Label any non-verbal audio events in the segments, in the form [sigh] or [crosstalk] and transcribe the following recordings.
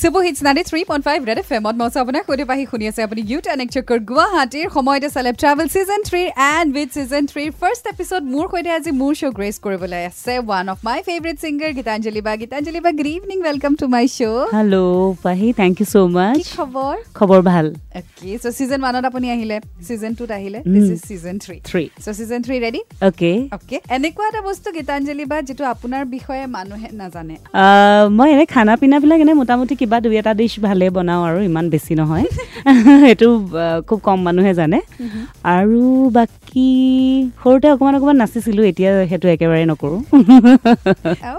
চুবু hits ninety three point five red F এমত মই আপোনাৰ সৈতে পাহি শুনি আছে আপুনি ইউ টেন একচকৰ গুৱাহাটীৰ সময়তে চালে ট্ৰেভেল ছিজন থ্ৰীৰ এণ্ড উইথ ছিজন থ্ৰীৰ ফাৰ্ষ্ট এপিছ'ড মোৰ সৈতে আজি মোৰ শ্ব' গ্ৰেচ কৰিবলৈ আছে one of my favourite singer Gitanjali বা গীতাঞ্জলি বা good evening welcome to my show' hello' Pahi thank you so' কি মাছ খবৰ খবৰ ভাল অ'কে চ' ছিজন ওৱানত আপুনি আহিলে ছিজন টুত আহিলে this is season three Three. So' season three ready okay okay এনেকুৱা এটা বস্তু গীতাঞ্জলি বা যিটো আপোনাৰ বিষয়ে মানুহে নাজানে Uh, মই এনে খানা পিনাবিলাক এনে মোটামুটি কিবা দুই এটা ডিছ ভালে বনাওঁ আৰু ইমান বেছি নহয় সেইটো আ, খুব কম মানুহে জানে আৰু বাকী সৰুতে অকণমান অকণমান নাচিছিলোঁ এতিয়া সেইটো একেবাৰে নকৰোঁ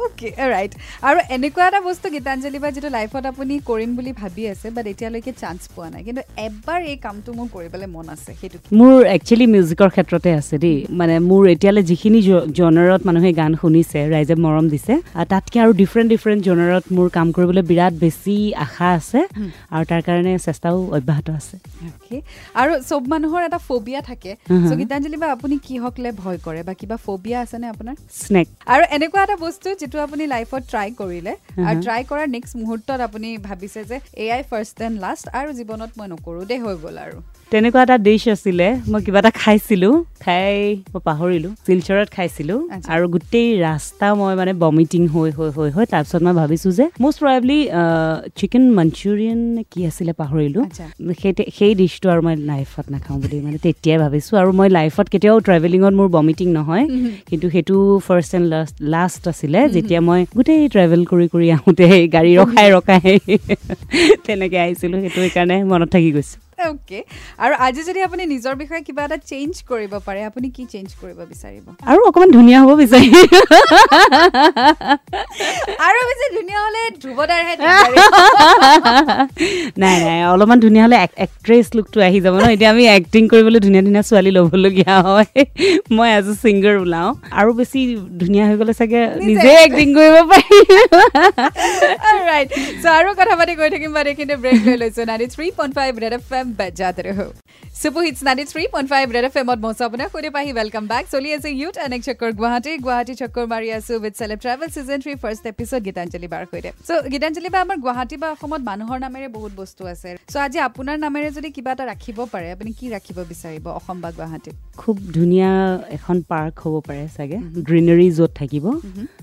অ'কে ৰাইট আৰু এনেকুৱা এটা বস্তু গীতাঞ্জলি বা যিটো লাইফত আপুনি কৰিম বুলি ভাবি আছে বাট এতিয়ালৈকে চান্স পোৱা নাই কিন্তু এবাৰ এই কামটো মোৰ কৰিবলৈ মন আছে সেইটো কি? মোৰ একচুৱেলি মিউজিকৰ ক্ষেত্ৰতে আছে দেই মানে মোৰ এতিয়ালৈ যিখিনি জনাৰত মানুহে গান শুনিছে ৰাইজে মৰম দিছে আ, তাতকৈ আৰু ডিফাৰেণ্ট ডিফাৰেণ্ট জনাৰত মোৰ কাম কৰিবলৈ বিৰাট বেছি আশা আছে আৰু তাৰ কাৰণে চেষ্টাও অব্যাহত আছে Okay. আৰু চব মানুহৰ এটা ফবিয়া থাকে চ' গীতাঞ্জলি বা আপুনি কিহকলে ভয় কৰে বা কিবা ফবিয়া আছেনে আপোনাৰ স্নেক আৰু এনেকুৱা এটা বস্তু যিটো আপুনি লাইফত ট্ৰাই কৰিলে আৰু ট্ৰাই কৰাৰ নেক্সট মুহূৰ্তত আপুনি ভাবিছে যে এয়াই ফাৰ্ষ্ট এণ্ড লাষ্ট আৰু জীৱনত মই নকৰোঁ দেই হৈ গ'ল আৰু তেনেকুৱা এটা ডিছ আছিলে মই কিবা এটা খাইছিলোঁ খাই মই পাহৰিলোঁ শিলচৰত খাইছিলোঁ আচ্ছা। আৰু গোটেই ৰাস্তা মই মানে বমিটিং হৈ হৈ হৈ হৈ তাৰপিছত মই ভাবিছোঁ যে মষ্ট প্ৰবেবলি চিকেন মঞ্চুৰিয়ান নে কি আছিলে পাহৰিলোঁ আচ্ছা। সেই তে- সেই ডিছটো আৰু মই লাইফত নাখাওঁ বুলি মানে তেতিয়াই ভাবিছোঁ আৰু মই লাইফত কেতিয়াও ট্ৰেভেলিঙত মোৰ বমিটিং নহয় কিন্তু সেইটো ফাৰ্ষ্ট এণ্ড লাষ্ট লাষ্ট আছিলে যেতিয়া মই গোটেই ট্ৰেভেল কৰি কৰি আহোঁতে সেই গাড়ী ৰখাই ৰখাই [laughs] তেনেকৈ আহিছিলোঁ সেইটো সেইকাৰণে মনত থাকি গৈছে অ'কে আৰু আজি যদি আপুনি নিজৰ বিষয়ে কিবা এটা চেঞ্জ কৰিব পাৰে আপুনি কি চেঞ্জ কৰিব বিচাৰিব আৰু অকণমান ধুনীয়া হ'ব বিচাৰি আৰু বেছি ধুনীয়া হ'লে ধ্ৰুৱদাৰহে নাই নাই অলপমান ধুনীয়া হ'লে এক্ট্ৰেছ লুকটো আহি যাব ন এতিয়া আমি এক্টিং কৰিবলৈ ধুনীয়া ধুনীয়া ছোৱালী ল'বলগীয়া হয় মই এজ এ ছিংগাৰ ওলাওঁ আৰু বেছি ধুনীয়া হৈ গ'লে চাগে নিজে এক্টিং কৰিব পাৰিম ৰাইট চ' আৰু কথা পাতি গৈ থাকিম বাৰু এইখিনি ব্ৰেক লৈ লৈছোঁ ninety three point five red F M বেজাতে ৰহ চুপু hits ninety three point five red F এমত মজা আপোনাৰ সৈতে পাহি ৱেলকাম বেক চলি আছে ইউথ এনেক চক্কৰ গুৱাহাটী গুৱাহাটী চক্কৰ মাৰি আছোঁ with celeb travel season three first episode Gitanjali বাৰ সৈতে চ' গীতাঞ্জলি বা আমাৰ গুৱাহাটী বা অসমত মানুহৰ নামেৰে বহুত বস্তু আছে চ' আজি আপোনাৰ নামেৰে যদি কিবা এটা ৰাখিব পাৰে আপুনি কি ৰাখিব বিচাৰিব অসম বা গুৱাহাটীত খুব ধুনীয়া এখন পাৰ্ক হ'ব পাৰে চাগে গ্ৰীনেৰী য'ত থাকিব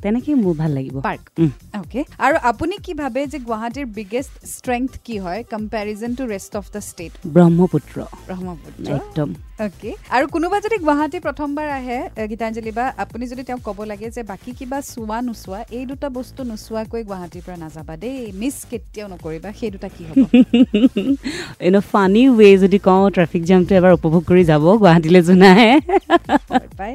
তেনেকেই মোৰ ভাল লাগিব পাৰ্ক উম। অ'কে আৰু আপুনি কি ভাবে যে গুৱাহাটীৰ বিগেষ্ট ষ্ট্ৰেংথ কি হয় comparison to rest of the state Brahmaputra Brahmaputra একদম [laughs] অ'কে আৰু কোনোবা যদি গুৱাহাটী প্ৰথমবাৰ আহে এ, গীতাঞ্জলি বা আপুনি যদি তেওঁক ক'ব লাগে যে বাকী কিবা চোৱা নোচোৱা এই দুটা বস্তু নোচোৱাকৈ গুৱাহাটীৰ পৰা নাযাবা দেই মিছ কেতিয়াও নকৰিবা সেই দুটা কি হ'ব এনে ফানি ৱে যদি কওঁ ট্ৰেফিক জামটো এবাৰ উপভোগ কৰি যাব গুৱাহাটীলৈ জোনাই হয় পাই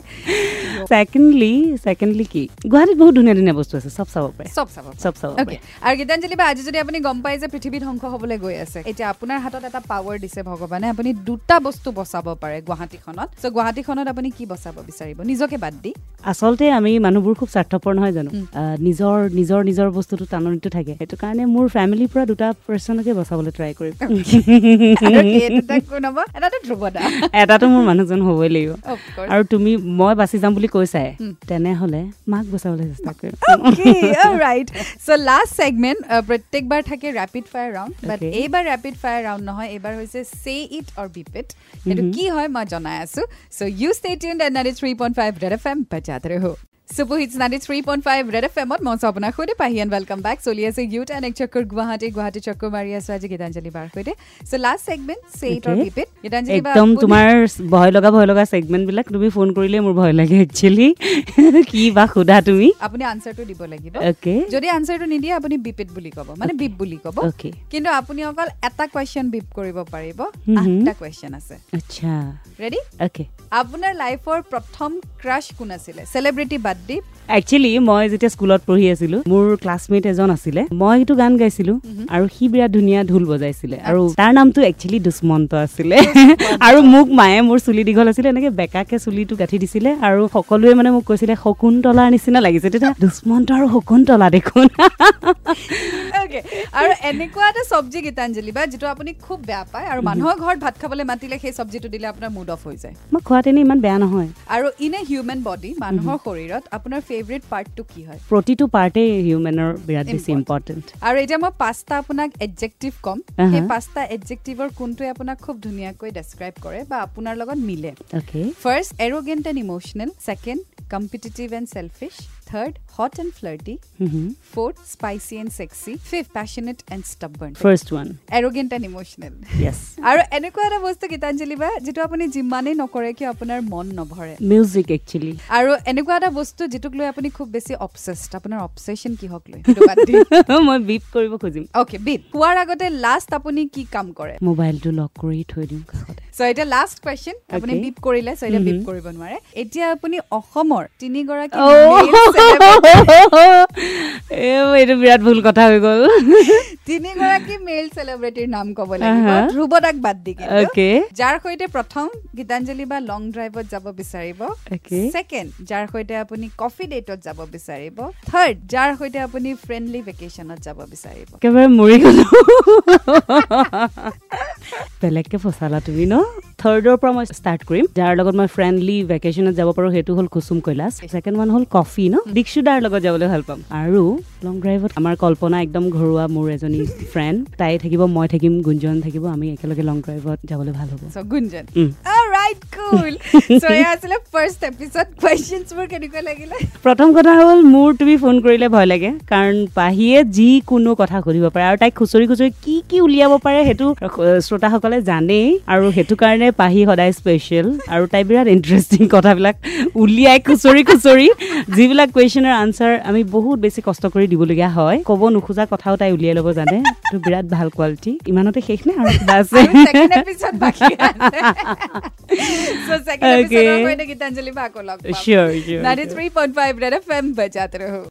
ছেকেণ্ডলি ছেকেণ্ডলি কি গুৱাহাটীত বহুত ধুনীয়া ধুনীয়া বস্তু আছে চব চাব পাৰে চব চাব চব চাব অ'কে পাৰে আৰু গীতাঞ্জলি বা আজি যদি আপুনি গম পায় যে পৃথিৱী ধ্বংস হ'বলৈ গৈ আছে এতিয়া আপোনাৰ হাতত এটা পাৱাৰ দিছে ভগৱানে আপুনি দুটা বস্তু বচাব পাৰে গুৱাহাটীখনত চ' গুৱাহাটীখনত আপুনি কি বচাব বিচাৰিব নিজকে বাদ দি আচলতে আমি মানুহবোৰ খুব স্বাৰ্থপৰ নহয় জানো আহ, নিজৰ নিজৰ নিজৰ বস্তুটো টাননিটো থাকে সেইটো কাৰণে মোৰ ফেমিলিৰ পৰা দুটা পাৰ্চনকে বচাবলৈ ট্ৰাই কৰিম আৰু [laughs] এই দুটা কোন হ'ব এটাতো ধ্ৰুৱদা এটাতো মোৰ মানুহজন হ'বই লাগিব [laughs] Of course. আৰু তুমি মই বাচি যাম বুলি কৈছাই তেনেহ'লে মাক বচাবলৈ চেষ্টা কৰিম [laughs] ৰাইট চ' লাষ্ট ছেগমেণ্ট প্ৰত্যেকবাৰ থাকে rapid fire round but Okay. এইবাৰ ৰেপিড ফায়াৰ ৰাউণ্ড নহয় এইবাৰ হৈছে চে ইট অৰ বিপিট সেইটো Mm-hmm. কি হয় মই জনাই আছো so' you stay tune at ninety three point five red F M বাজাত ৰহো চুপু hits ninety three point five red F এমত মই আছো আপোনাৰ সৈতে পাহি এণ্ড ৱেলকাম বেক চলি আছে ইউথ এণ্ড এক চক্কৰ গুৱাহাটী গুৱাহাটী চক্কৰ মাৰি আছো আজি গীতাঞ্জলি বাৰ সৈতে চ' last segment say it or Okay. Repeat Gitanjali বা একদম আপুনি- তোমাৰ ভয় লগা ভয় লগা ছেগমেণ্টবিলাক তুমি ফোন কৰিলে মোৰ ভয় লাগে একচুৱেলি [laughs] কি বা সোধা তুমি আপুনি আনচাৰটো দিব লাগিব অ'কে যদি আনচাৰটো নিদিয়ে আপুনি বিপিট বুলি ক'ব মানে বিপ বুলি ক'ব অ'কে কিন্তু আপুনি অকল এটা কুৱেশ্যন বিপ কৰিব পাৰিব আঠটা কুৱেশ্যন আছে আচ্ছা ৰেডি অ'কে আপোনাৰ লাইফৰ প্ৰথম ক্ৰাছ কোন আছিলে চেলিব্ৰিটি বাদ দি একচুৱেলি মই যেতিয়া স্কুলত পঢ়ি আছিলো মোৰ ক্লাছমেট এজন আছিলে মই এইটো গান গাইছিলো আৰু সি বিৰাট ধুনীয়া ঢোল বজাইছিলে আৰু তাৰ নামটো একচুৱেলি দুষ্মন্ত আছিলে আৰু মোক মায়ে মোৰ চুলি দীঘল আছিলে এনেকে বেকাকে চুলিটো গাঁঠি দিছিলে আৰু সকলোৱে মানে মোক কৈছিলে শকুন্তলাৰ নিচিনা লাগিছে তেতিয়া দুষ্মন্ত আৰু শকুন্তলা দেখোন [laughs] Okay. আৰু এনেকুৱা এটা চব্জি গীতাঞ্জলি বা যিটো আপুনি খুব বেয়া পায় আৰু মানুহৰ ঘৰত ভাত খাবলৈ মাতিলে সেই চব্জিটো দিলে আপোনাৰ মুড অফ হৈ যায় মই খোৱাত এনে ইমান বেয়া নহয় আৰু ইন এ হিউমেন বডি মানুহৰ শৰীৰত আপোনাৰ ফেভৰেট ফেভৰেট পাৰ্টটো কি হয় প্ৰতিটো পাৰ্টেই হিউমেনৰ বিৰাট বেছি ইম্পৰ্টেণ্ট আৰু এতিয়া মই পাঁচটা আপোনাক এডজেক্টিভ ক'ম আহা। সেই পাঁচটা এডজেক্টিভৰ কোনটোৱে আপোনাক খুব ধুনীয়াকৈ ডেছক্ৰাইব কৰে বা আপোনাৰ লগত মিলে okay first arrogant and emotional second competitive and selfish third hot and flirty fourth spicy and sexy fifth passionate and stubborn first one arrogant and emotional yes আৰু এনেকুৱা এটা বস্তু গীতাঞ্জলি বা যিটো আপুনি যিমানেই নকৰে কিয় আপোনাৰ মন নভৰে মিউজিক একচুৱেলি আৰু এনেকুৱা এটা বস্তু যিটোক লৈ আপুনি খুব বেছি অবচেষ্ট আপোনাৰ অবচেশ্যন কিহক লৈ সেইটো বাদ দি [laughs] মই বিপ কৰিব খুজিম অ'কে বিদ হোৱাৰ আগতে লাষ্ট আপুনি কি কাম কৰে মোবাইলটো লক কৰি থৈ দিওঁ কাষতে চ' এতিয়া লাষ্ট কুৱেশ্যন আপুনি Okay. Mm-hmm. বিপ কৰিলে চ' এতিয়া বিপ কৰিব নোৱাৰে এতিয়া আপুনি অসমৰ তিনিগৰাকী Oh! male celebrity- [laughs] এই, এইটো বিৰাট ভুল কথা হৈ গ'ল তিনিগৰাকী মেল চেলিব্ৰিটিৰ নাম ক'ব লাগিব আহা। ধ্ৰুৱদাক বাদ দি কিন্তু। Uh-huh. Okay. যাৰ সৈতে প্ৰথম গীতাঞ্জলি বা লং ড্ৰাইভত যাব বিচাৰিব Okay. ছেকেণ্ড যাৰ সৈতে আপুনি কফি ডেটত যাব বিচাৰিব থাৰ্ড যাৰ সৈতে আপুনি ফ্ৰেণ্ডলি ভেকেশ্যনত যাব বিচাৰিব একেবাৰে মৰি গ'লো বেলেগকে ফচালা তুমি ন থাৰ্ডৰ পৰা মই ষ্টাৰ্ট কৰিম যাৰ লগত মই ফ্ৰেণ্ডলি ভেকেশ্যনত যাব পাৰোঁ সেইটো হ'ল কুসুম কৈলাশ ছেকেণ্ড ওৱান হ'ল কফি ন দীক্ষুদাৰ লগত যাবলৈ ভাল পাম আৰু লং ড্ৰাইভত আমাৰ কল্পনা একদম ঘৰুৱা মোৰ এজনী ফ্ৰেণ্ড তাই থাকিব মই থাকিম গুঞ্জন থাকিব আমি একেলগে লং ড্ৰাইভত যাবলৈ ভাল হ'ব চ' গুঞ্জন উম। ৰাইট [laughs] কুল চ' এয়া আছিলে ফাৰ্ষ্ট এপিছড কুৱেশ্যনছবোৰ কেনেকুৱা লাগিলে প্ৰথম কথা হ'ল মোৰ তুমি ফোন কৰিলে ভয় লাগে কাৰণ পাহিয়ে যিকোনো কথা সুধিব পাৰে আৰু তাইক খুচৰি খুচৰি কি কি উলিয়াব পাৰে সেইটো আহ, শ্ৰোতাসকলে জানেই আৰু সেইটো কাৰণে পাহি সদায় স্পেচিয়েল আৰু তাই বিৰাট ইণ্টাৰেষ্টিং [laughs] কথাবিলাক উলিয়াই খুচৰি খুচৰি যিবিলাক কুৱেশ্যনৰ আনচাৰ আমি বহুত বেছি কষ্ট কৰি দিবলগীয়া হয় ক'ব নোখোজা কথাও তাই উলিয়াই ল'ব জানে এইটো বিৰাট ভাল কোৱালিটি ইমানতে শেষ নে আৰু কিবা আছে [laughs] [laughs] ছেকেণ্ড এপিছড বাকী আছে চ' ছেকেণ্ড Okay. এপিছডৰ সৈতে গীতাঞ্জলি বা আকৌ লগ পাম Sure, sure, sure. 93.5 red FM बजाते रहो